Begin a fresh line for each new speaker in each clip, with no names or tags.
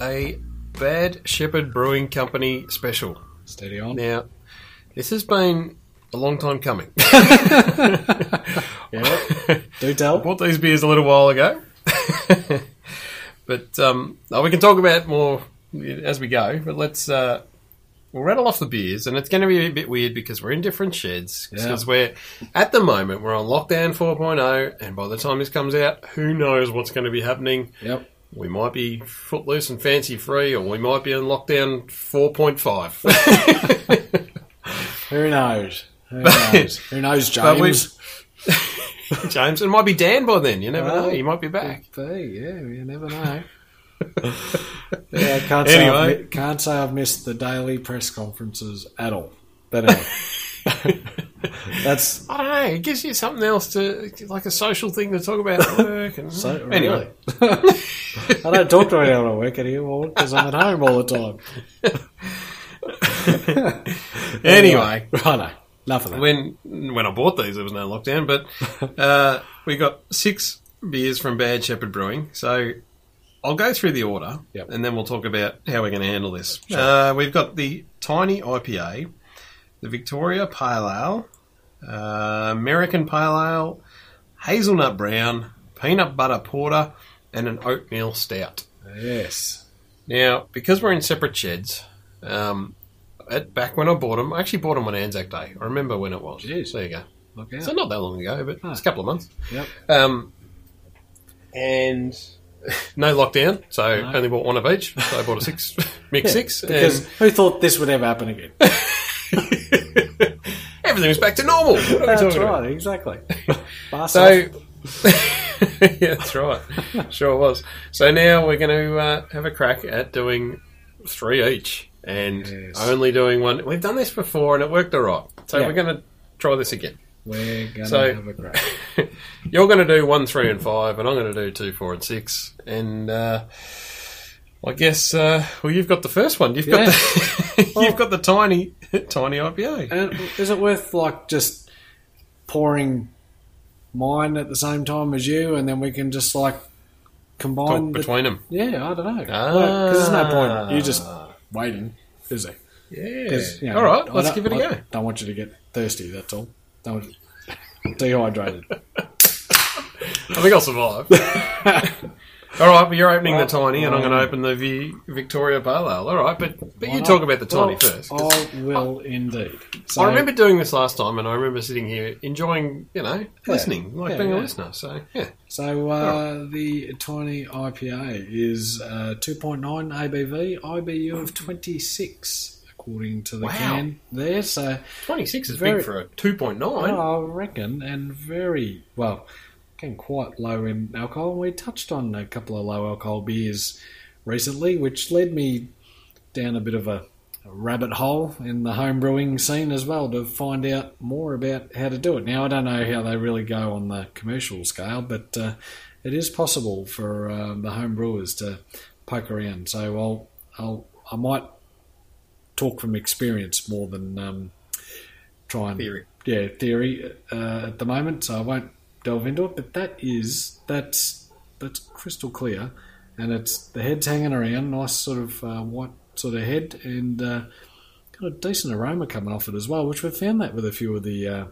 a Bad Shepherd Brewing Company special.
Steady on.
Now, this has been a long time coming.
Yeah. Do
I
tell.
bought these beers a little while ago, but um, oh, we can talk about more as we go. But let's uh, we'll rattle off the beers, and it's going to be a bit weird because we're in different sheds
Yeah.
because we're at the moment we're on lockdown 4.0, and by the time this comes out, who knows what's going to be happening?
Yep.
We might be footloose and fancy free, or we might be on lockdown 4.5.
Who knows? Who knows? Who knows,
But we-
James?
James, it might be Dan by then. You never know.
Well,
He might be back.
Could be, yeah, you never know. yeah, I can't, say I've
Anyway.
mi- can't say I've missed the daily press conferences at all. But anyway, that's
I don't know. It gives you something else to, like a social thing to talk about at work. And,
so. really.
anyway,
I don't talk to anyone at work anymore because I'm at home all the time.
anyway,
I know. Enough of that.
when when I bought these, there was no lockdown, but uh, we got six beers from Bad Shepherd Brewing. So I'll go through the order,
Yep.
and then we'll talk about how we're going to handle this. Uh, we've got the Tiny IPA, the Victoria Pale Ale, uh, American Pale Ale, Hazelnut Brown, Peanut Butter Porter, and an Oatmeal Stout.
Yes.
Now, because we're in separate sheds, um, at, back when I bought them, I actually bought them on Anzac Day. I remember when it was.
Jeez.
There you go.
Look out.
So not that long ago, but it's
Huh.
a couple of months.
Yep.
Um, and no lockdown, so
No.
only bought one of each. So I bought a six, mix
Yeah,
six,
Because
and
who thought this would ever happen again?
everything was back to normal. What are we
That's
talking about?
right, exactly. Pass
So,
off.
yeah, that's right. Sure was. So now we're going to uh, have a crack at doing three each and
Yes.
only doing one. We've done this before and it worked all right. So
Yeah.
we're going to try this again.
we're gonna
so-
have a crack.
You're going to do one, three, and five, and I'm going to do two, four, and six. And uh, I guess, uh, well, you've got the first one. You've got
Yeah.
the you've got the tiny tiny IPA.
And is it worth like just pouring mine at the same time as you, and then we can just like combine
Talk
the-
between them.
Yeah, I don't know. Because
Ah.
there's no point. You're just waiting, is there?
Yeah.
'Cause, you know,
all right,
I
let's
don't-
give it a
I
go.
Don't want you to get thirsty. That's all. Don't want you- dehydrated.
I think I'll survive. All right, but you're opening the
Well,
tiny, and I'm going to
um,
open the v- Victoria Pale Ale. All right, but but
Why
you
not?
talk about the tiny
Well,
first. 'cause
I will indeed. So,
I remember doing this last time, and I remember sitting here enjoying, you know, listening, like
Yeah,
being a
yeah.
listener. So yeah,
So uh, the tiny IPA is uh, 2.9 ABV, IBU of 26, according to the
Wow.
can there. So
26 is
Very- Ah.
big for a 2.9.
I reckon, and very well, again, quite low in alcohol. And we touched on a couple of low alcohol beers recently, which led me down a bit of a rabbit hole in the home brewing scene as well to find out more about how to do it. Now, I don't know how they really go on the commercial scale, but uh, it is possible for um, the home brewers to poke around. So I'll, I'll, I might talk from experience more than um, try and
Theory.
yeah, theory uh, at the moment, so I won't delve into it. But that is that's that's crystal clear, and it's the head's hanging around, nice sort of uh, white sort of head, and uh, got a decent aroma coming off it as well, which we've found that with a few of the uh,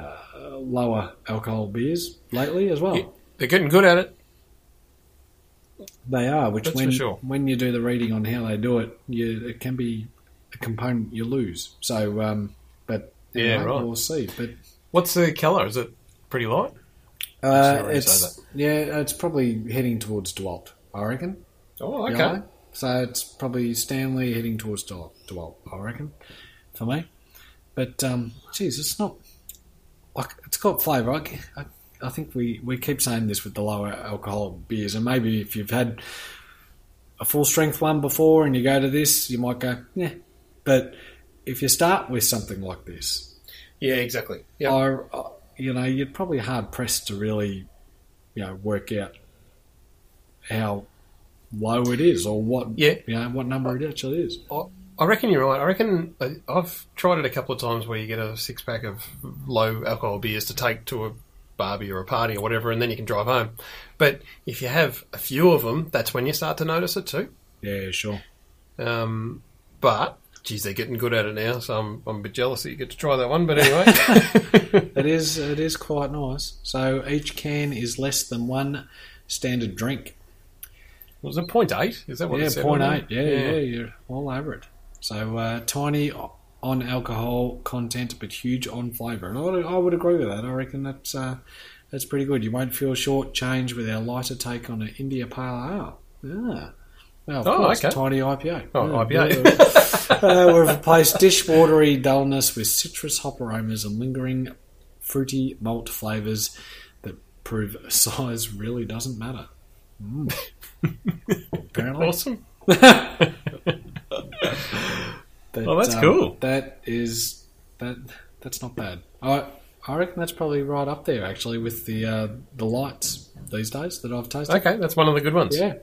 uh, lower alcohol beers lately as well.
Yeah. They're getting good at it.
They are, which
That's
when
for sure.
when you do the reading on how they do it, you, it can be a component you lose. So, um, but
Yeah,
anyway,
right.
we'll see. But
What's the colour? Is it pretty light?
Uh,
Sorry,
it's yeah, it's probably heading towards Dewalt, I reckon.
Oh, okay.
Yellow. So it's probably Stanley heading towards Dewalt, Dewalt, I reckon, for me. But um, geez, it's not like it's got flavour. I, I, I think we we keep saying this with the lower alcohol beers, and maybe if you've had a full strength one before and you go to this, you might go yeah. But if you start with something like this,
Yeah, exactly. Yeah.
are uh, you know you're probably hard pressed to really you know work out how low it is or what
Yeah.
you know what number it actually is
I reckon you're right. I reckon I- I've tried it a couple of times where you get a six pack of low alcohol beers to take to a barbie or a party or whatever, and then you can drive home. But if you have a few of them, that's when you start to notice it too.
Yeah, sure.
Um, but geez, they're getting good at it now, so I'm, I'm a bit jealous that you get to try that one. But anyway,
It is it is quite nice. So each can is less than one standard drink.
was it point eight? Is that what
yeah,
it said?
point
on
eight. Yeah,
there?
yeah, you're all over it. So uh, tiny o- on alcohol content, but huge on flavour, and I would, I would agree with that. I reckon that's uh, that's pretty good. You won't feel short changed with our lighter take on an India Pale Ale. Yeah. Well, of
Oh,
course,
okay.
tiny IPA.
Oh,
Yeah,
IPA.
yeah, yeah. uh, we've replaced dishwatery dullness with citrus hop aromas and lingering fruity malt flavours that prove size really doesn't matter. Mm. Apparently.
Awesome.
But,
Oh, that's cool.
um, That is that. That's not bad. I I reckon that's probably right up there actually with the uh, the lights these days that I've tasted.
Okay, that's one of the good ones.
Yeah,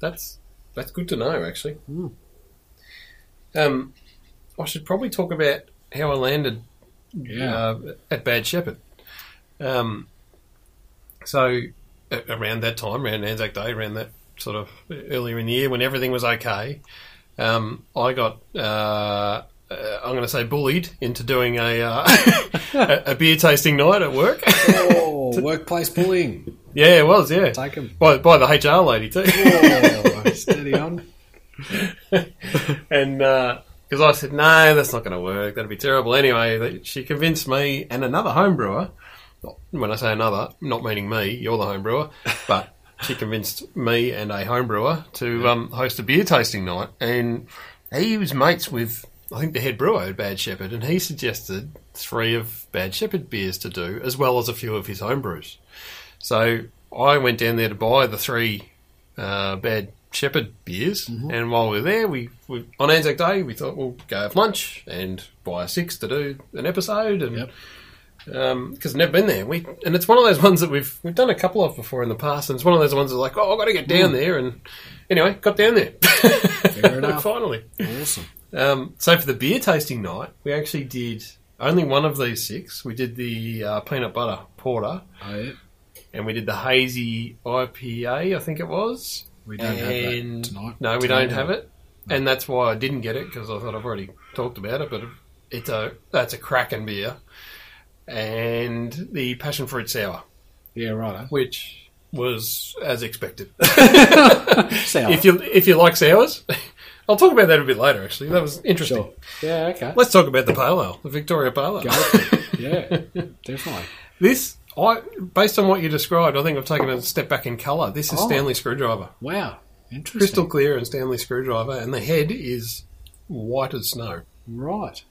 That's that's good to know, actually.
Mm.
Um, I should probably talk about how I landed
yeah,
uh, at Bad Shepherd. Um, so a- around that time, around Anzac Day, around that sort of earlier in the year when everything was okay, um, I got uh, uh, I'm going to say bullied into doing a, uh, a a beer tasting night at work.
oh, workplace bullying.
yeah, it was. Yeah,
Take them.
by by the HR lady too.
Oh, steady on.
and because I said no, that's not going to work. That'd be terrible. Anyway, that- she convinced me and another home brewer. When I say another, not meaning me, you're the home brewer, but she convinced me and a home brewer to um, host a beer tasting night. And he was mates with, I think, the head brewer at Bad Shepherd, and he suggested three of Bad Shepherd beers to do, as well as a few of his home brews. So I went down there to buy the three uh, Bad Shepherd beers,
Mm-hmm.
and while we were there, we, we on Anzac Day we thought we'll go have lunch and buy a six to do an episode, and
Yep.
because I've never been there, we and it's one of those ones that we've we've done a couple of before in the past, and it's one of those ones that's like, oh, I've got to get
Hmm.
down there, and anyway, got down there,
enough.
finally.
Awesome.
Um, so for the beer tasting night, we actually did only one of these six. We did the uh, peanut butter porter,
Oh, yeah.
and we did the hazy IPA, I think it was.
We don't have that
And-
tonight.
No, we
Tonight,
don't have it, and that's why I didn't get it because I thought I've already talked about it. But it's a that's a Kraken beer, and the passion fruit sour,
Yeah, right.
which was as expected.
Eh? Sour.
if you if you like sours, I'll talk about that a bit later. Actually, that was interesting.
sure. Yeah. Okay.
Let's talk about the pale ale, the Victoria pale ale.
Go for it. Yeah, definitely.
This, I based on what you described, I think I've taken a step back in colour. This is
Oh.
Stanley Screwdriver,
Wow. Interesting.
crystal clear, and Stanley Screwdriver, and the head is white as snow.
Right.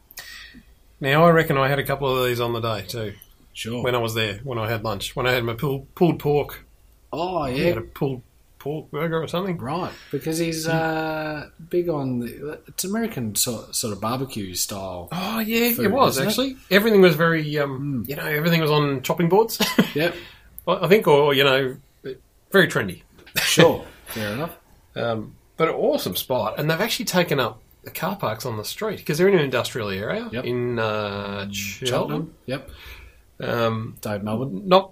Now I reckon I had a couple of these on the day too
Sure.
when I was there when I had lunch when I had my pulled, pulled pork.
oh,
I
yeah.
had a pulled pork burger or something.
Right, because he's uh, big on the, it's American sort, sort of barbecue style.
Oh yeah,
Food,
it was
isn't it? Hmm.
actually. Everything was very, um, you know, everything was on chopping boards.
Yep,
I I think, or you know, very trendy.
sure, fair enough.
Um, but an awesome spot, and they've actually taken up the car parks on the street because they're in an industrial area
Yep.
in uh, Cheltenham.
Cheltenham, yep.
Um,
Dave Melbourne,
not,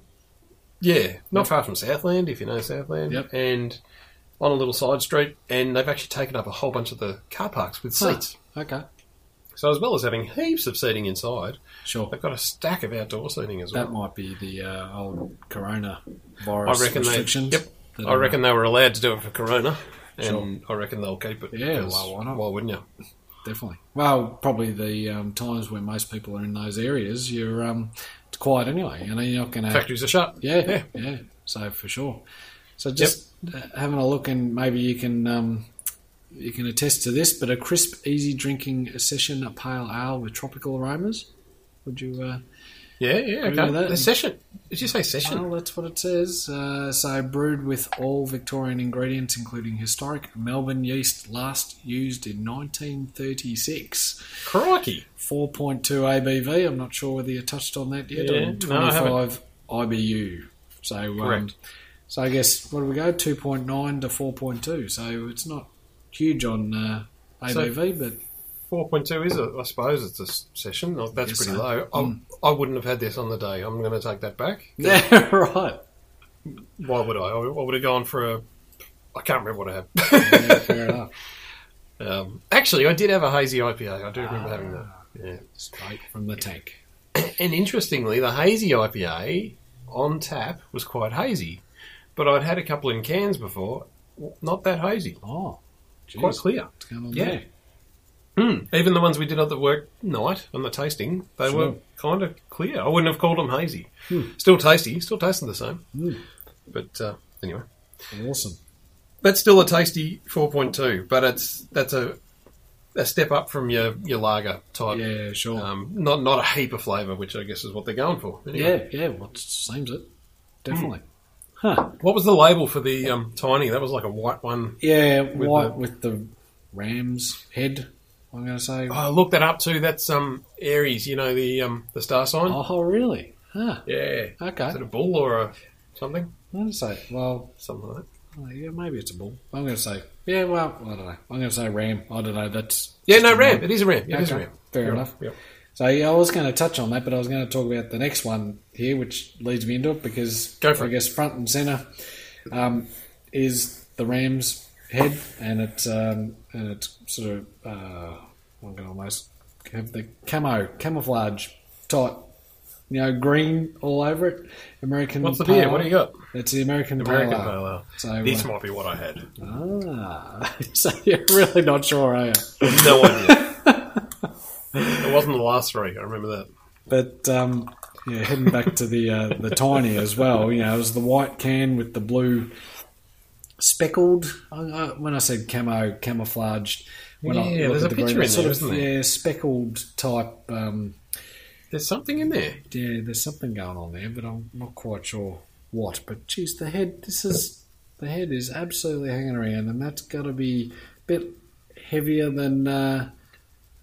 yeah, not far from Southland if you know Southland.
Yep.
And on a little side street, and they've actually taken up a whole bunch of the car parks with
Huh.
seats.
okay,
So as well as having heaps of seating inside,
sure.
they've got a stack of outdoor seating as well.
That might be the uh, old Corona virus
I reckon they.
restrictions.
Yep.
that
I
are-
reckon they were allowed to do it for Corona, and
Sure.
I reckon they'll keep it.
Yeah,
'cause
well, why not?
Why wouldn't you?
definitely. Well, probably the um, times when most people are in those areas, you're um, it's quiet anyway. You know, you're not going to
Factories are shut.
Yeah,
Yeah.
yeah, So for sure. So just uh, having a look, and maybe you can um, you can attest to this. But a crisp, easy drinking session, a pale ale with tropical aromas. Would you? Uh,
Yeah, yeah,
Agree
okay.
with that.
The session. Did you say session?
well, that's what it says. Uh, so brewed with all Victorian ingredients, including historic Melbourne yeast, last used in 1936.
Crikey.
4.2 ABV. I'm not sure whether you touched on that yet.
Yeah,
and
no, I
25 IBU. So, um,
Correct.
so I guess what do we go? 2.9 to 4.2. So it's not huge on uh,
So-
ABV, but
4.2 is, a, I suppose, it's a s- session. Well, That's
Yes,
pretty
sir.
low. I, I wouldn't have had this on the day. I'm going to take that back.
yeah, right.
Why would I? I would have gone for a. I can't remember what I had. Um,
Yeah, fair enough.
Actually, I did have a hazy IPA. I do remember having that. Yeah.
Straight from the tank.
And interestingly, the hazy IPA on tap was quite hazy, but I'd had a couple in cans before. w- Not that hazy,
Oh, geez.
quite clear.
What's going on
Yeah.
there?
Mm. Even the ones we did at the work night on the tasting, they
Sure. Hmm.
were kind of clear. I wouldn't have called them hazy. Still tasty, still tasting the same.
Mm.
But uh, anyway,
Awesome.
that's still a tasty four point two. But it's that's a a step up from your your lager type.
Yeah, sure.
Um, not not a heap of flavour, which I guess is what they're going for. Anyway.
yeah, yeah. Well, it seems it.
Hmm.
Definitely. Huh.
What was the label for the um, tiny? That was like a white one.
Yeah,
With
white
the-
with the ram's head, I'm going to say.
Oh, look that up too. That's um, Aries. You know the um, the star sign.
Oh, really? Huh.
Yeah.
Okay.
Is it a bull or a something?
I'm going to say, well,
Something like that.
oh, yeah, maybe it's a bull. I'm going to say, yeah, well, I don't know. I'm going to say ram. I don't know. That's.
Yeah,
just
no,
a
ram.
name.
It is a ram. It is a
Okay,
ram.
fair
You're
enough.
right. Yep.
So yeah, I was going to touch on that, but I was going to talk about the next one here, which leads me into it because
Go for
I
it.
guess front and center um, is the Rams head, and it's um, and it's sort of uh, I'm going to almost have the camo camouflage type, you know, green all over it. American.
What's the
Pale
beer? What do you
Ale.
got?
It's the American,
American
Pale Ale.
Pale Ale.
So,
This
uh,
might be what I had.
ah, so you're really not sure, are you?
No idea. it wasn't the last three. I remember that.
But um, yeah, heading back to the uh, the tiny as well. You know, it was the white can with the blue speckled. I- I- When I said camo, camouflaged. When I
Yeah,
look
there's
at
a
the green,
picture in
it's
there,
sort
isn't
of,
there?
Yeah, speckled type. Um,
There's something in there.
yeah, there's something going on there, but I'm not quite sure what. But geez, the head. This is the head is absolutely hanging around, and that's got to be a bit heavier than uh,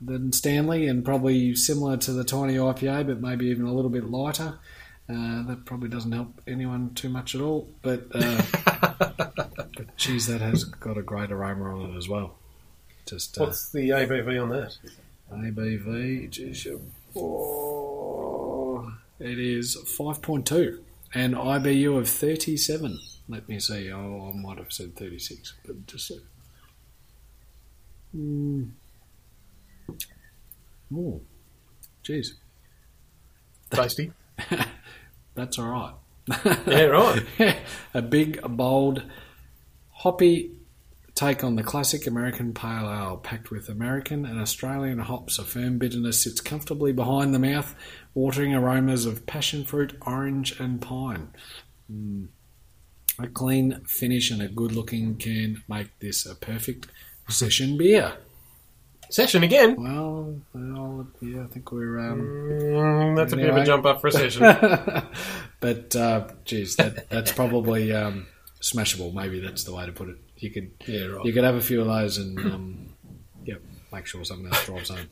than Stanley, and probably similar to the tiny IPA, but maybe even a little bit lighter. Uh, that probably doesn't help anyone too much at all. But uh, but geez, that has got a great aroma on it as well. Just uh,
What's the ABV on that?
ABV, geez, you- oh, it is 5.2 and IBU of 37. Let me see. Oh, I might have said 36, but just a- Mm. Oh, geez,
Tasty.
that's all right.
yeah, right.
a big, bold, hoppy take on the classic American pale ale, packed with American and Australian hops. A firm bitterness sits comfortably behind the mouth, watering aromas of passion fruit, orange, and pine. Mm. A clean finish and a good looking can make this a perfect session beer.
Session again.
Well, well yeah, I think we're. Um,
Mm, that's a bit of
Anyway.
a jump up for a session.
but uh, geez, that, that's probably um, smashable. Maybe that's the way to put it. You could
yeah, right.
you could have a few of those and um, yep, make sure someone else drives home.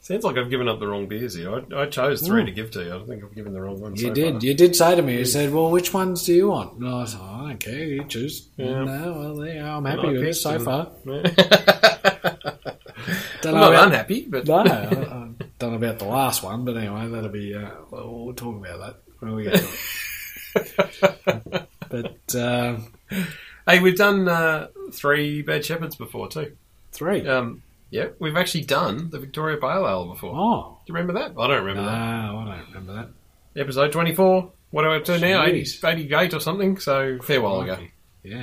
Sounds like I've given up the wrong beers here. I, I chose three to give to you. I think I've given the wrong one.
You
so
did.
far.
You did say to me. You said, "Well, which ones do you want?" And I was, oh, "I don't care. You choose."
Yeah.
No, well, there you are. I'm
And
happy
I
with it
picked
so
and-
far. Don't
I'm
know
not
about-
unhappy, but
No, I, I don't know about the last one, but anyway, that'll be. Uh, we'll, we'll talk about that when we get to it. But uh,
hey, we've done uh, three Bad Shepherds before too.
three.
Um, yeah, we've actually done the Victoria Pale Ale before.
Oh,
Do you remember that? I don't remember
no, Ah, I don't remember that.
that. Episode twenty-four. What are we up to now?
Jeez.
80, 88 or something. So a fair while ago.
Crikey. Yeah,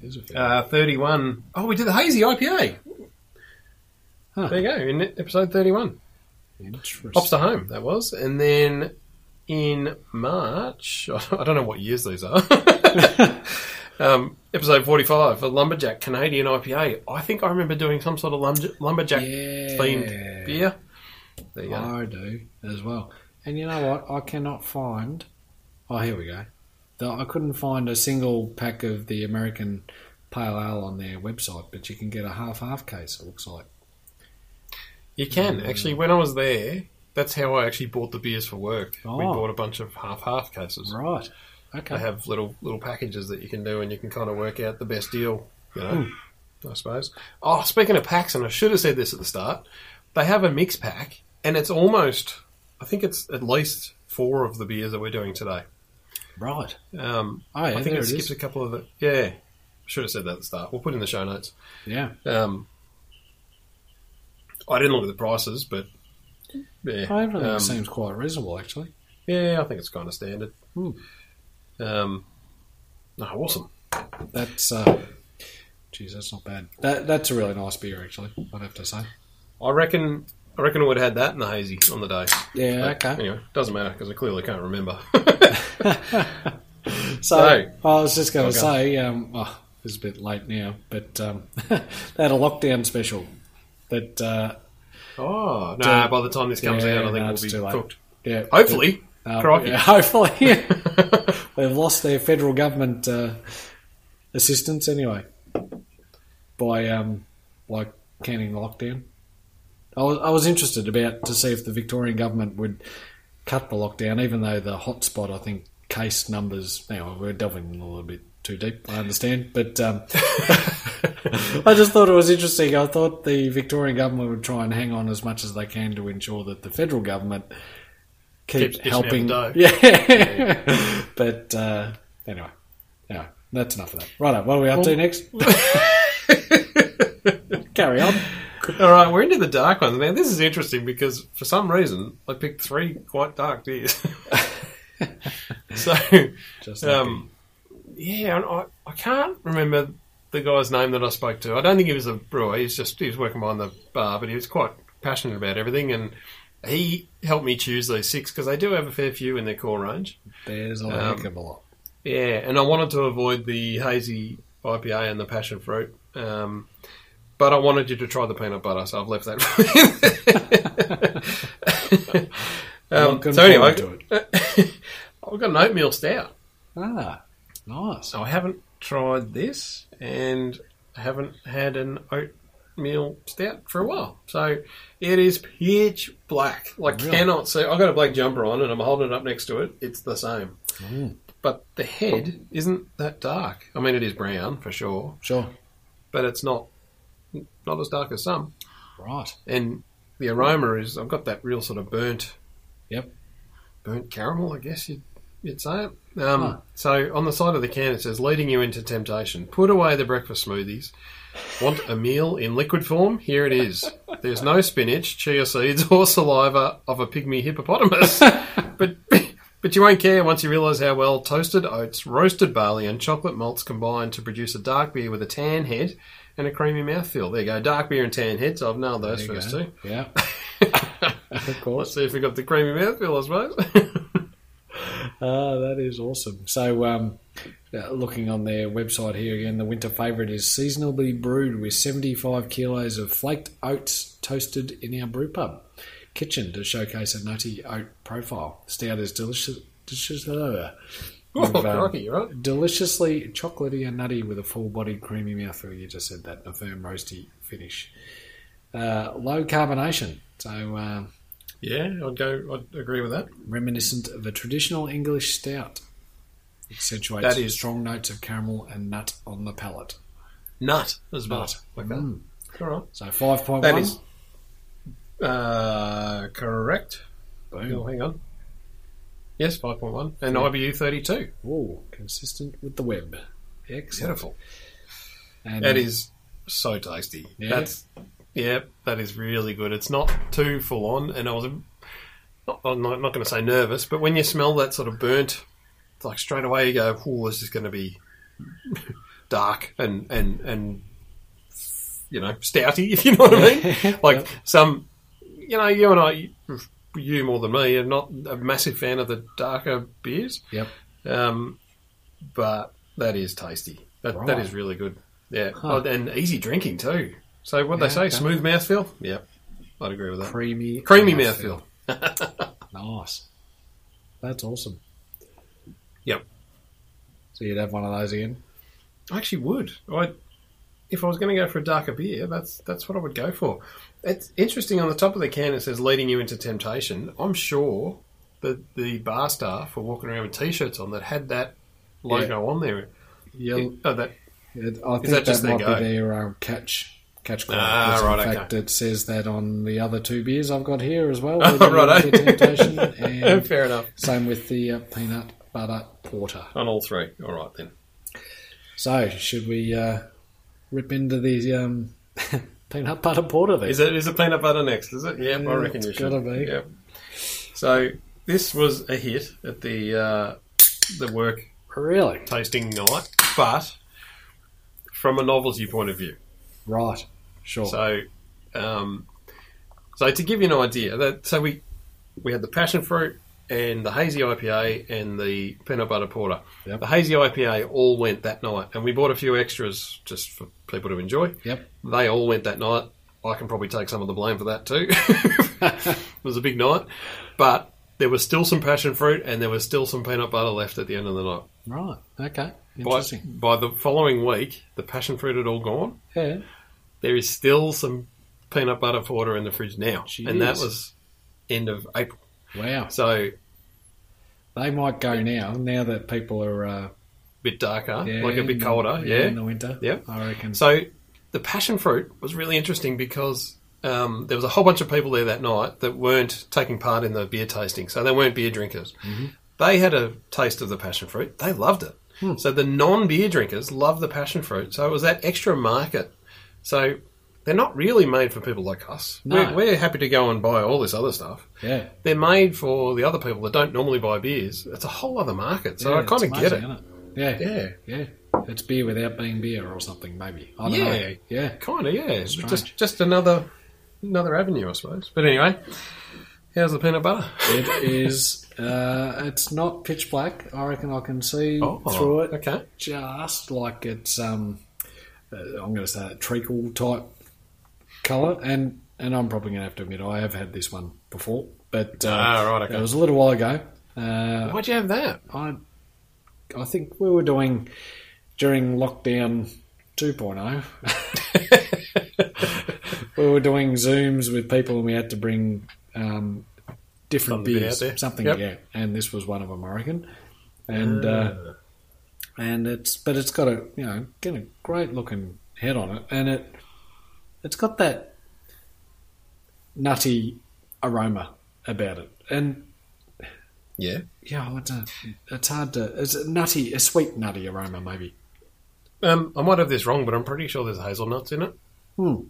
it is a fair.
Uh, Thirty-one. Oh, we did the hazy IPA.
Huh.
There you go. In episode thirty-one.
Interesting.
Ops to Home, that was. And then in March, I don't know what years these are. um, episode 45, a Lumberjack Canadian IPA. I think I remember doing some sort of lumberj- Lumberjack
Yeah.
themed beer. There you go.
I do as well. And you know what? I cannot find. Oh, here we go. The- I couldn't find a single pack of the American Pale Ale on their website, but you can get a half half case. It looks like.
you can, actually, when I was there, that's how I actually bought the beers for work. We
Oh.
bought a bunch of half half cases.
Right. Okay.
They have little little packages that you can do, and you can kind of work out the best deal. You know,
Hmm.
I suppose. Oh, speaking of packs, and I should have said this at the start. They have a mix pack, and it's almost. I think it's at least four of the beers that we're doing today.
Right.
Um,
Oh, yeah,
I think
there
it
it
skips
is.
a couple of the. Yeah, should have said that at the start. We'll put it in the show notes.
Yeah.
Um, I didn't look at the prices, but yeah,
I don't think
um,
it Oh, seems quite reasonable, actually.
yeah, I think it's kind of standard.
Hmm.
Um, no, awesome.
That's, uh, geez, that's not bad. That, that's a really nice beer, actually, I'd have to say.
I reckon. I reckon I would have had that in the hazy on the day.
Yeah,
But
okay.
Anyway, doesn't matter because I clearly can't remember.
So,
So-
I was just going
Okay.
to say, um, oh, it's a bit late now, but um, they had a lockdown special that, uh,
oh no! by the time this comes
Yeah,
out, I
no,
think
it's
we'll
too
be
late.
cooked.
yeah.
Hopefully,
Uh,
Crikey.
yeah, hopefully. They've lost their federal government uh, assistance anyway by um, like canning the lockdown. I was, I was interested about to see if the Victorian government would cut the lockdown, even though the hotspot, I think, case numbers. Anyway, we're delving a little bit too deep, I understand. But um, I just thought it was interesting. I thought the Victorian government would try and hang on as much as they can to ensure that the federal government keeps,
Keeps dishing out
helping.
the dough.
Yeah. but uh, anyway, anyway, that's enough of that. Right, what are we up to next? Carry on.
All right, we're into the dark ones now. This is interesting because for some reason I picked three quite dark beers. so,
Just
um, yeah, and I, I can't remember the guy's name that I spoke to. I don't think he was a brewer. He was just he was working behind the bar, but he was quite passionate about everything, and he helped me choose these six because they do have a fair few in their core range.
there's a
um,
heck of a lot.
Yeah, and I wanted to avoid the hazy IPA and the passion fruit, um, but I wanted you to try the peanut butter, so I've left that. for you. um,
Looking
so anyway,
forward to it.
I've got an oatmeal stout.
Ah, nice.
So I haven't tried this, and I haven't had an oatmeal stout for a while. So it is pitch black. Like
Really?
cannot see. I've got a black jumper on, and I'm holding it up next to it. It's the same.
Mm,
But the head isn't that dark. I mean, it is brown for sure,
sure.
but it's not not as dark as some.
Right.
And the aroma is I've got that real sort of burnt,
Yep.
burnt caramel. I guess you'd, you'd say it. Um,
Huh.
So on the side of the can it says, "Leading you into temptation. Put away the breakfast smoothies. Want a meal in liquid form? Here it is. There's no spinach, chia seeds, or saliva of a pygmy hippopotamus." but but you won't care once you realise how well toasted oats, roasted barley, and chocolate malts combine to produce a dark beer with a tan head and a creamy mouthfeel. There you go, dark beer and tan head. So I've nailed
There
those
you
first
go.
two.
Yeah. of
Let's
course.
see if we got the creamy mouthfeel, I suppose.
Ah, that is awesome. So, um, uh, looking on their website here again, the winter favourite is seasonally brewed with 75 kilos of flaked oats toasted in our brew pub kitchen to showcase a nutty oat profile. Stout is delicious. delicious uh,
oh,
with, um,
crikey, you're right.
Deliciously chocolatey and nutty with a full bodied creamy mouthfeel. You just said that. A firm roasty finish. Uh, low carbonation. So um,
Yeah, I'd go. I'd agree with that.
reminiscent of a traditional English stout. Accentuates
That is-
strong notes of caramel and nut on the palate.
Nut as well. Like that.
Mm.
All right.
So 5.1.
That is uh, correct. Oh,
Boom.
hang on. Yes, five point one and IBU thirty two.
Ooh, consistent with the web. Excellent.
Beautiful.
And
That is so tasty.
Yeah.
That's yeah, that is really good. It's not too full on, and I was not, I'm not, not going to say nervous, but when you smell that sort of burnt, it's like straight away you go, "Oh, this is going to be dark and and and you know stouty," if you know what I mean. Like
Yep.
some, you know, you and I, you more than me, are not a massive fan of the darker beers.
Yep.
Um, but that is tasty. That, that
Right.
is really good. Yeah,
Huh.
oh, and easy drinking too. So what would
Yeah,
they say?
okay.
Smooth mouthfeel. Yep, I'd agree with that.
creamy.
Creamy mouthfeel.
Nice. That's awesome.
Yep.
So you'd have one of those again?
I actually would. I, if I was going to go for a darker beer, that's that's what I would go for. It's interesting. On the top of the can, it says "leading you into temptation." I'm sure that the bar staff were walking around with t-shirts on that had that logo on there.
Yeah.
Oh, that
It- I think
that
that,
just their
might
go?
be their um, catch catch cry.
Ah,
'cause
right,
in
okay.
fact, it says that on the other two beers I've got here as well.
Oh, right,
Leading Into Temptation and
fair enough.
same with the uh, peanut butter porter.
On all three. All right then.
So should we uh, rip into the um, peanut butter porter there.
Is it is it peanut butter next? Is it? Yep,
Yeah,
I reckon
it's
you should.
gotta be.
Yep. So this was a hit at the uh, the work
Really?
tasting night, but from a novelty point of view.
Right. Sure.
So, um, so to give you an idea, that so we we had the passion fruit and the hazy IPA and the peanut butter porter.
Yep.
The hazy IPA all went that night, and we bought a few extras just for people to enjoy.
Yep.
They all went that night. I can probably take some of the blame for that too. it was a big night, but there was still some passion fruit and there was still some peanut butter left at the end of the night.
right. Okay.
By,
Interesting.
by the following week, the passion fruit had all gone
Yeah.
there is still some peanut butter porter in the fridge now, and that
Jeez.
was end of April.
Wow.
So a
They might go now. Now that people are uh,
bit darker,
yeah,
like a
in
bit
the-
colder, yeah.
in the winter.
Yep.
I reckon.
So the passion fruit was really interesting because um, there was a whole bunch of people there that night that weren't taking part in the beer tasting, so they weren't beer drinkers.
Mm-hmm.
They had a taste of the passion fruit; they loved it.
Hmm.
So the non-beer drinkers loved the passion fruit. So it was that extra market. So they're not really made for people like us.
No.
We're, we're happy to go and buy all this other stuff.
yeah.
they're made for the other people that don't normally buy beers. It's a whole other market, so
Yeah,
I kind of
it's
get it.
amazing, isn't it? Yeah.
Yeah,
Yeah. It's beer without being beer or something, maybe. I don't
Yeah.
know. Yeah.
kind of. Yeah, It's
strange.
just just another another avenue, I suppose. But anyway, how's the peanut butter?
It is, uh, it's not pitch black. I reckon I can see
Oh,
through it
Okay,
just like it's, um, uh, I'm going to say that treacle type colour. And, and I'm probably going to have to admit, I have had this one before. But uh,
Ah, right, okay.
it was a little while ago. Uh,
why'd you have that?
I, I think we were doing during lockdown oh, 2.0. we were doing zooms with people, and we had to bring um, different
Something to be
beers,
out there.
something.
Yep.
Yeah, and this was one of them, I reckon. And uh, and it's but it's got a you know got a great looking head on it, and it it's got that nutty aroma about it, and
Yeah,
yeah, well, it's, a, it's hard to. It's a nutty, a sweet nutty aroma, maybe.
um, I might have this wrong, but I'm pretty sure there's hazelnuts in it.
Hmm.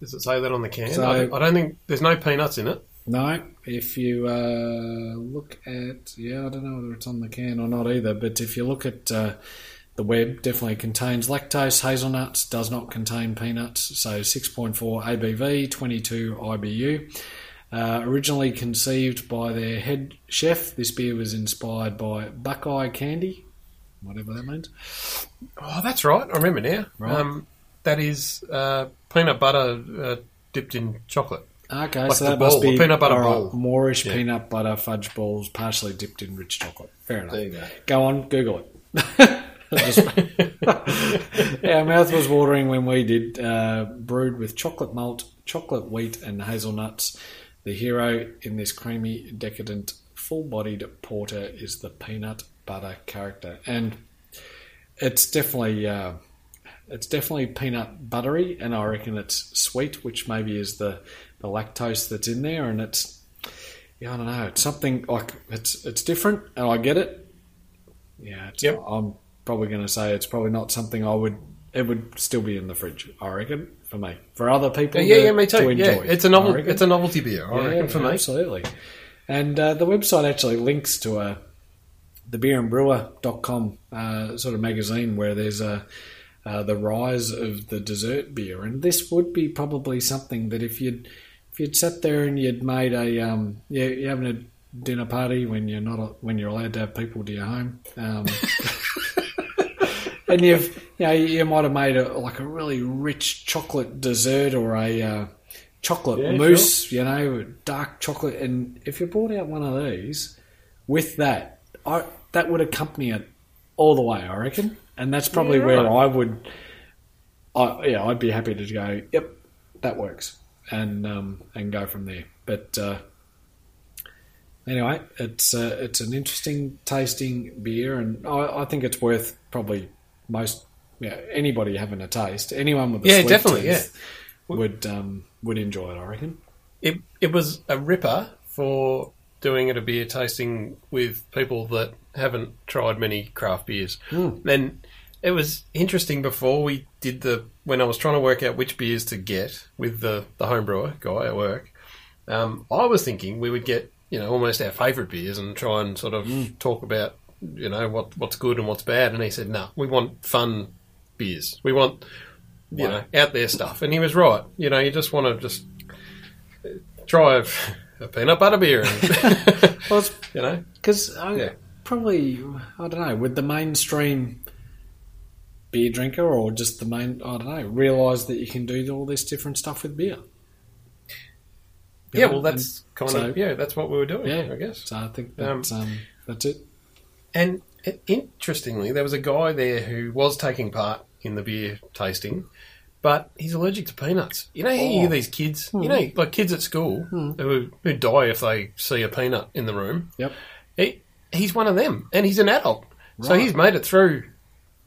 Does it say that on the can?
So-
I, don't, I don't think there's no peanuts in it.
No, if you uh, look at, yeah, I don't know whether it's on the can or not either, but if you look at uh, the web, definitely contains lactose, hazelnuts, does not contain peanuts. So 6.4 ABV, 22 IBU. Uh, originally conceived by their head chef, this beer was inspired by Buckeye candy, whatever that means.
Oh, that's right. I remember now.
Right.
Um, that is uh, peanut butter uh, dipped in chocolate.
Okay,
Like
so
the
that
ball,
must
the
be
peanut butter
all
ball.
Moorish
Yeah.
peanut butter fudge balls, partially dipped in rich chocolate. Fair enough.
you go.
Go on, Google it. Just- Our mouth was watering when we did. Uh, brewed with chocolate malt, chocolate wheat, and hazelnuts. The hero in this creamy, decadent, full-bodied porter is the peanut butter character, and it's definitely. Uh, it's definitely peanut buttery, and I reckon it's sweet, which maybe is the, the lactose that's in there, and it's yeah, I don't know, it's something like it's it's different, and I get it. Yeah, it's,
Yep.
I'm probably going to say it's probably not something I would. It would still be in the fridge, I reckon, for me. For other people,
Yeah, yeah,
to,
yeah, me too.
To enjoy,
yeah, it's a
I
novel.
reckon.
It's a novelty beer. I reckon for me.
Absolutely. And uh, the website actually links to a the beerandbrewer.com uh, sort of magazine where there's a uh, the rise of the dessert beer, and this would be probably something that if you'd if you'd sat there and you'd made a um, yeah, you're having a dinner party when you're not when you're allowed to have people to your home, um, and you've you know you might have made a like a really rich chocolate dessert or a uh, chocolate
Yeah,
mousse, you know, dark chocolate, and if you brought out one of these with that, I that would accompany it all the way, I reckon, and that's probably
Yeah,
where
right.
I would. I, yeah, I'd be happy to go. Yep, that works, and um, and go from there. But uh, anyway, it's uh, it's an interesting tasting beer, and I, I think it's worth probably most yeah, anybody having a taste. Anyone with a
Yeah,
sweet
definitely,
tooth would um, would enjoy it. I reckon.
It it was a ripper for doing it a beer tasting with people that haven't tried many craft beers.
Mm.
Then It was interesting before we did the when I was trying to work out which beers to get with the the homebrewer guy at work. Um, I was thinking we would get you know almost our favourite beers and try and sort of talk about you know what what's good and what's bad. And he said, "No, we want fun beers. We want you
Wow.
know out there stuff." And he was right. You know, you just want to just uh, try a, a peanut butter beer, and,
Well, it's
you know.
Because I
Yeah.
probably I don't know with the mainstream beer drinker or just the main I don't know realize that you can do all this different stuff with beer. You
Yeah,
know,
well, that's kind
so-
of yeah, that's what we were doing.
Yeah.
I guess.
and so I think that's um, that's it.
And i- interestingly, there was a guy there who was taking part in the beer tasting, but he's allergic to peanuts. You know, you
Oh.
hear these kids,
Hmm.
you know, like kids at school who, who die if they see a peanut in the room.
Yep.
He, he's one of them, and he's an adult. So
Right.
he's made it through,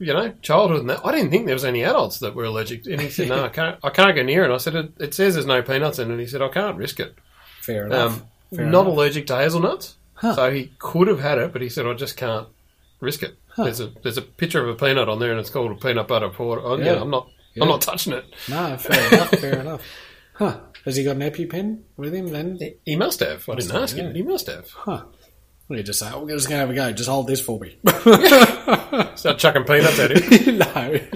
you know, childhood and that. I didn't think there was any adults that were allergic. And he said, no, I can't, I can't go near it. I said, it, it says there's no peanuts in it. And he said, I can't risk it.
Fair enough.
Um,
Fair
not
enough.
allergic to hazelnuts,
Huh.
so he could have had it, but he said, "I just can't risk it." There's a there's a picture of a peanut on there, and it's called a peanut butter porter. Oh, yeah.
Yeah.
I'm not
Yeah.
I'm not touching it.
no, fair enough. Fair enough. Huh? Has he got an EpiPen with him then?
He must have. I didn't
have,
ask him.
yeah.
but He must have.
Huh? What do you just say? Oh, we're just gonna have a go. Just hold this for me. no,
Start chucking peanuts at him.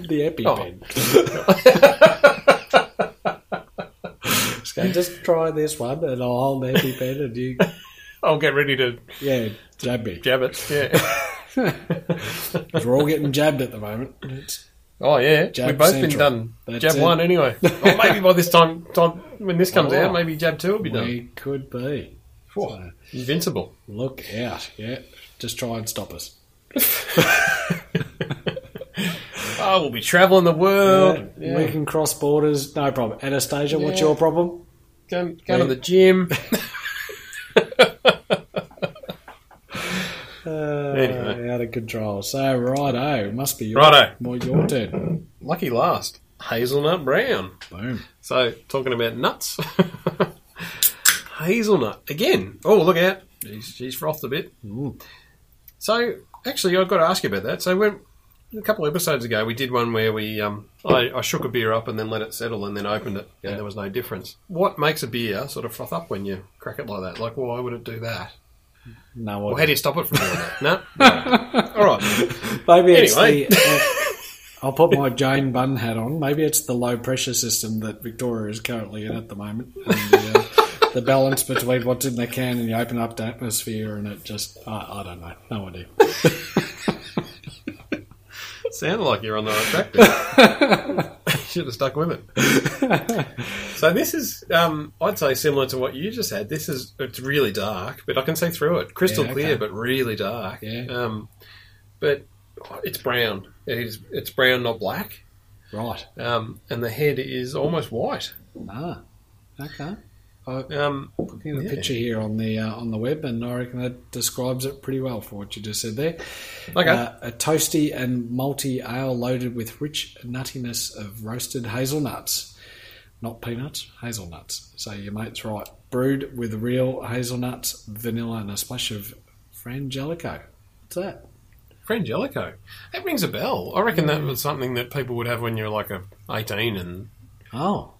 the
Oh.
EpiPen. Okay, just try this one, and I'll hold the EpiPen, and you
I'll get ready to
Yeah, jab me.
jab it. Yeah.
'Cause We're all getting jabbed at the moment. It's,
Oh yeah.
Jab
We've both been
central.
done.
That's
jab
it.
one anyway. Or maybe by this time time when this comes
Oh.
out, maybe jab two will be done.
we could be.
Whoa. Invincible.
Look out. Yeah. Just try and stop us.
Oh, we'll be travelling the world.
Yeah, We can cross borders. No problem. Anastasia, what's
Yeah.
your problem?
Go, go
Yeah.
to the gym.
Uh,
Anyway.
Out of control. So, righto. Must be your,
Righto.
More your turn.
Lucky last. Hazelnut brown.
Boom.
So, talking about nuts. Hazelnut. Again. Oh, look out. She's, she's frothed a bit.
Ooh.
So, actually, I've got to ask you about that. So, when, a couple of episodes ago, we did one where we um, I, I shook a beer up and then let it settle and then opened it, and there was no difference. What makes a beer sort of froth up when you crack it like that? Like, why would it do that?
No
Well, how do
idea.
you stop it from doing that? No? No. All right.
Maybe it's
Anyway.
the. uh, I'll put my Jane Bunn hat on. Maybe it's the low pressure system that Victoria is currently in at the moment. And the, uh, the balance between what's in the can and the open up atmosphere, and it just. I I don't know. No idea.
Sounded like you're on the right track there. Should have stuck with it. so this is, um, I'd say, similar to what you just had. This is, it's really dark, but I can see through it. Crystal
Yeah, okay.
clear, but really dark.
Yeah.
Um, but it's brown. It is, it's brown, not black.
Right.
Um, and the head is almost white.
Ah. Okay.
Um,
Looking at the
Yeah.
picture here on the uh, on the web, and I reckon that describes it pretty well for what you just said there.
okay.
Uh, a toasty and malty ale loaded with rich nuttiness of roasted hazelnuts. Not peanuts, hazelnuts. So your mate's right. Brewed with real hazelnuts, vanilla, and a splash of frangelico. What's that?
Frangelico. That rings a bell. I reckon
Mm.
that was something that people would have when you're like a 18 and
Oh,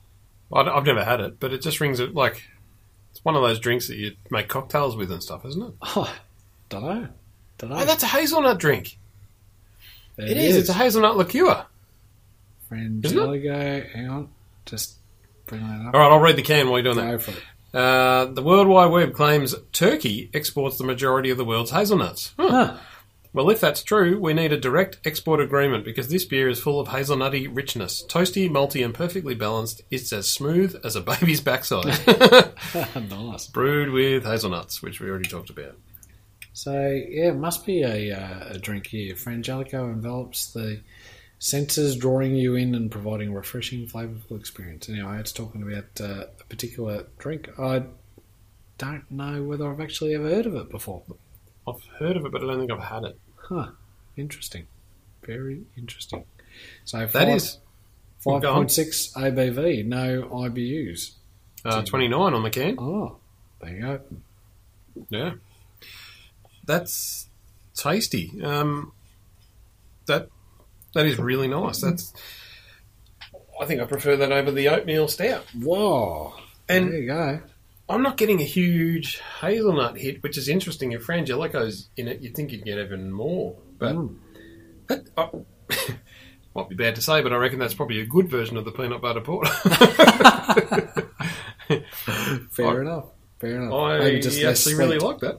I d- I've never had it, but it just rings it like it's one of those drinks that you make cocktails with and stuff, isn't it?
oh don't know. Don't know.
Oh, that's a hazelnut drink.
There
It is. It's a hazelnut liqueur.
frangelico. Hang on. Just bring that up.
All right, I'll read the can while you're doing
Go for it.
that. Uh, the World Wide Web claims Turkey exports the majority of the world's hazelnuts. Huh.
Huh.
Well, if that's true, we need a direct export agreement because this beer is full of hazelnutty richness. Toasty, malty, and perfectly balanced. It's as smooth as a baby's backside.
nice.
Brewed with hazelnuts, which we already talked about.
So yeah, it must be a, uh, a drink here. Frangelico envelops the senses, drawing you in and providing a refreshing, flavourful experience. Anyway, it's talking about uh, a particular drink. I don't know whether I've actually ever heard of it before.
I've heard of it, but I don't think I've had it.
Interesting, very interesting. So
That is
five
go on.
point six ABV, no IBUs.
uh, 29 on the can.
Oh, there you go.
Yeah, that's tasty. Um, that That is really nice. That's. I think I prefer that over the oatmeal stout.
Whoa.
And
there you go.
I'm not getting a huge hazelnut hit, which is interesting. If Frangelico's in it, you'd think you'd get even more. But
Mm.
that, I might be bad to say, but I reckon that's probably a good version of the peanut butter porter.
Fair
I-
enough. Fair enough.
I actually really
sweet.
like that.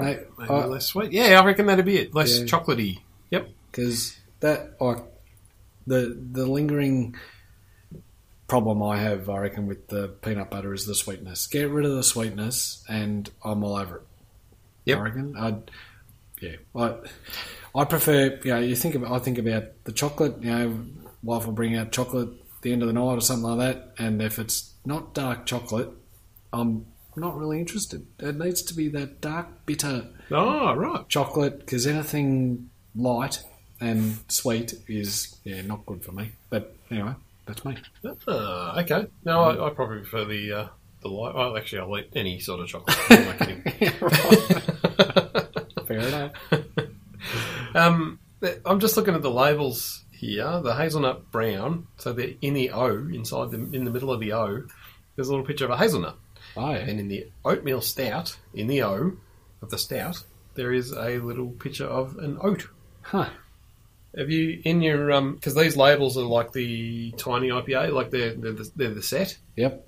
Mate,
Maybe
I-
less sweet. Yeah, I reckon that'd be it. Less
Yeah.
chocolatey.
because that like the the lingering problem I have, I reckon, with the peanut butter is the sweetness. Get rid of the sweetness, and I'm all over it.
Yep.
I reckon. I'd, yeah, I I prefer. You know, you think about. I think about the chocolate. You know, wife will bring out chocolate at the end of the night or something like that, and if it's not dark chocolate, I'm not really interested. It needs to be that dark bitter
Oh, right.
chocolate because anything light and sweet is yeah not good for me. But anyway, that's me.
Ah, okay. No, I, I probably prefer the uh, the light. Well, actually, I'll eat any sort of chocolate. Who am I kidding?
Fair enough.
Um, th- I'm just looking at the labels here. The hazelnut brown. So they're in the O inside the in the middle of the O. There's a little picture of a hazelnut,
Oh, yeah.
and in the oatmeal stout in the O of the stout, there is a little picture of an oat.
Huh.
Have you in your um? Because these labels are like the tiny IPA, like they're they're the, they're the set.
Yep.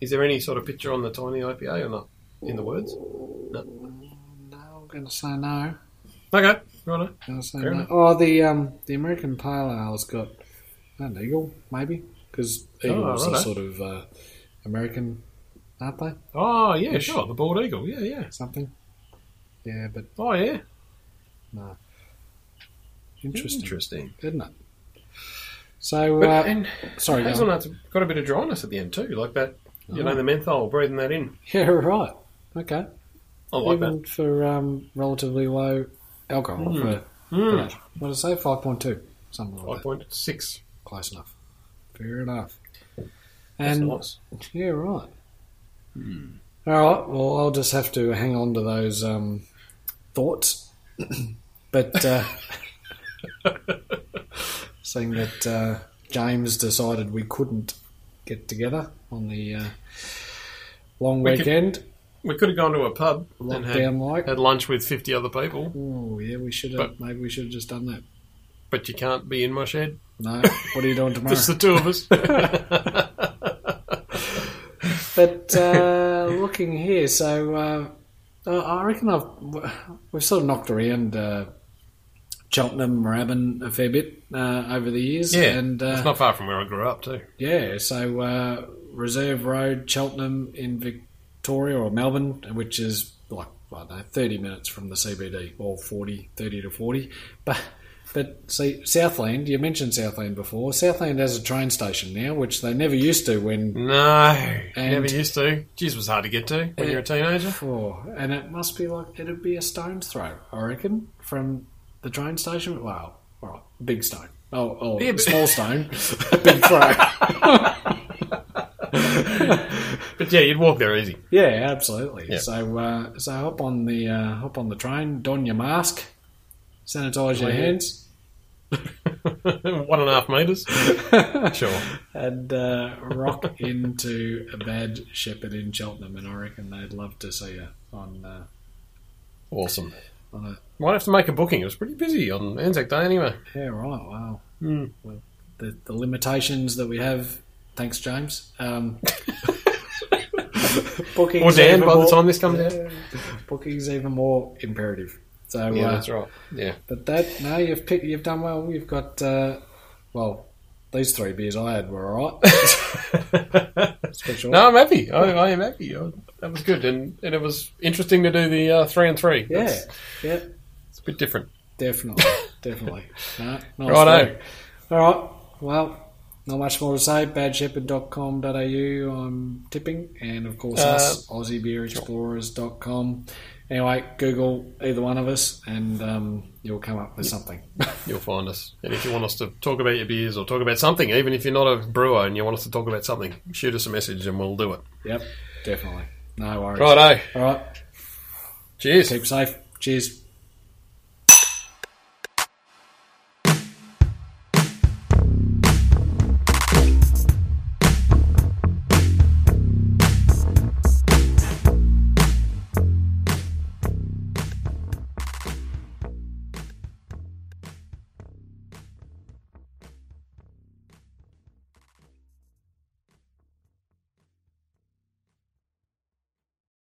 Is there any sort of picture on the tiny IPA or not in the words?
No, I'm gonna say no.
Okay, right.
Gonna say
Fair
no.
enough.
Oh, the um the American Pale Ale's got an eagle maybe because eagles
righto.
are sort of uh, American, aren't they?
Oh yeah, sure. The bald eagle. Yeah, yeah.
Something. Yeah, but
Oh yeah.
interesting,
Interesting.
isn't it? So
But,
uh,
and
sorry, go on. Oh.
hazelnut's got a bit of dryness at the end too, like that. You know, the menthol breathing that in.
yeah, right. Okay.
I like
even
that.
for um, relatively low alcohol.
Mm.
For, for
Mm,
that. What did I say? Five point two, something like
Five
that.
point six.
Close enough. Fair enough.
That's
And
nice.
yeah, right. All right. Well, I'll just have to hang on to those um, thoughts. but uh, seeing that uh, James decided we couldn't get together on the uh, long
We could-
weekend,
We could have gone to a pub and had,
lockdown like.
had lunch with fifty other people,
Oh yeah, we should have.
But-
Maybe we should have just done that.
but you can't be in my shed.
No, what are you doing tomorrow?
Just the two of us.
but uh, looking here, so uh, I- I reckon I've we've sort of knocked around uh, Cheltenham, Moorabbin a fair bit uh, over the years.
yeah,
and uh,
it's not far from where I grew up too.
yeah, so uh, Reserve Road, Cheltenham in Victoria or Melbourne, which is like I don't know, thirty minutes from the CBD or 40, 30 to forty, but. But see, Southland, you mentioned Southland before. Southland has a train station now, which they never used to when
No, never
And-
used to. Jeez, was hard to get to when
Yeah.
you're a teenager.
Four. And it must be like it'd be a stone's throw, I reckon, from the train station. Wow, all right, big stone. Oh, oh
Yeah, but-
small stone, a big throw.
But yeah, you'd walk there easy.
yeah, absolutely.
Yeah.
So, uh, so hop on the uh, hop on the train, don your mask, sanitize your
Yeah.
hands,
One and a half meters. Sure.
and uh, rock into a bad shepherd in Cheltenham. And I reckon they'd love to see you on uh,
Awesome.
on a
Might have to make a booking. It was pretty busy on Anzac Day anyway.
Yeah, right. Wow.
Hmm.
Well, the, the limitations that we have. Thanks, James. Um, bookings
Or Dan
even
by the
more-
time this comes out.
Bookings even more imperative. So, uh,
right. Yeah.
but that no, you've picked, you've done well. You've got uh, well, these three beers I had were all right. Special.
no, I'm happy. I, I am happy. I, that was good, and, and it was interesting to do the uh, three and three.
Yeah,
That's-
yeah,
it's a bit different.
definitely, definitely. No, nice
Righto.
work. All right. Well, not much more to say. Badshepherd.com.au, I'm tipping. And of course,
Uh,
us, AussieBeerExplorers.com. Anyway, Google either one of us and um, you'll come up with something.
You'll find us, and if you want us to talk about your beers or talk about something, even if you're not a brewer and you want us to talk about something, shoot us a message and we'll do it.
Yep, definitely. No worries.
Righto.
All right.
Cheers.
Keep safe. Cheers.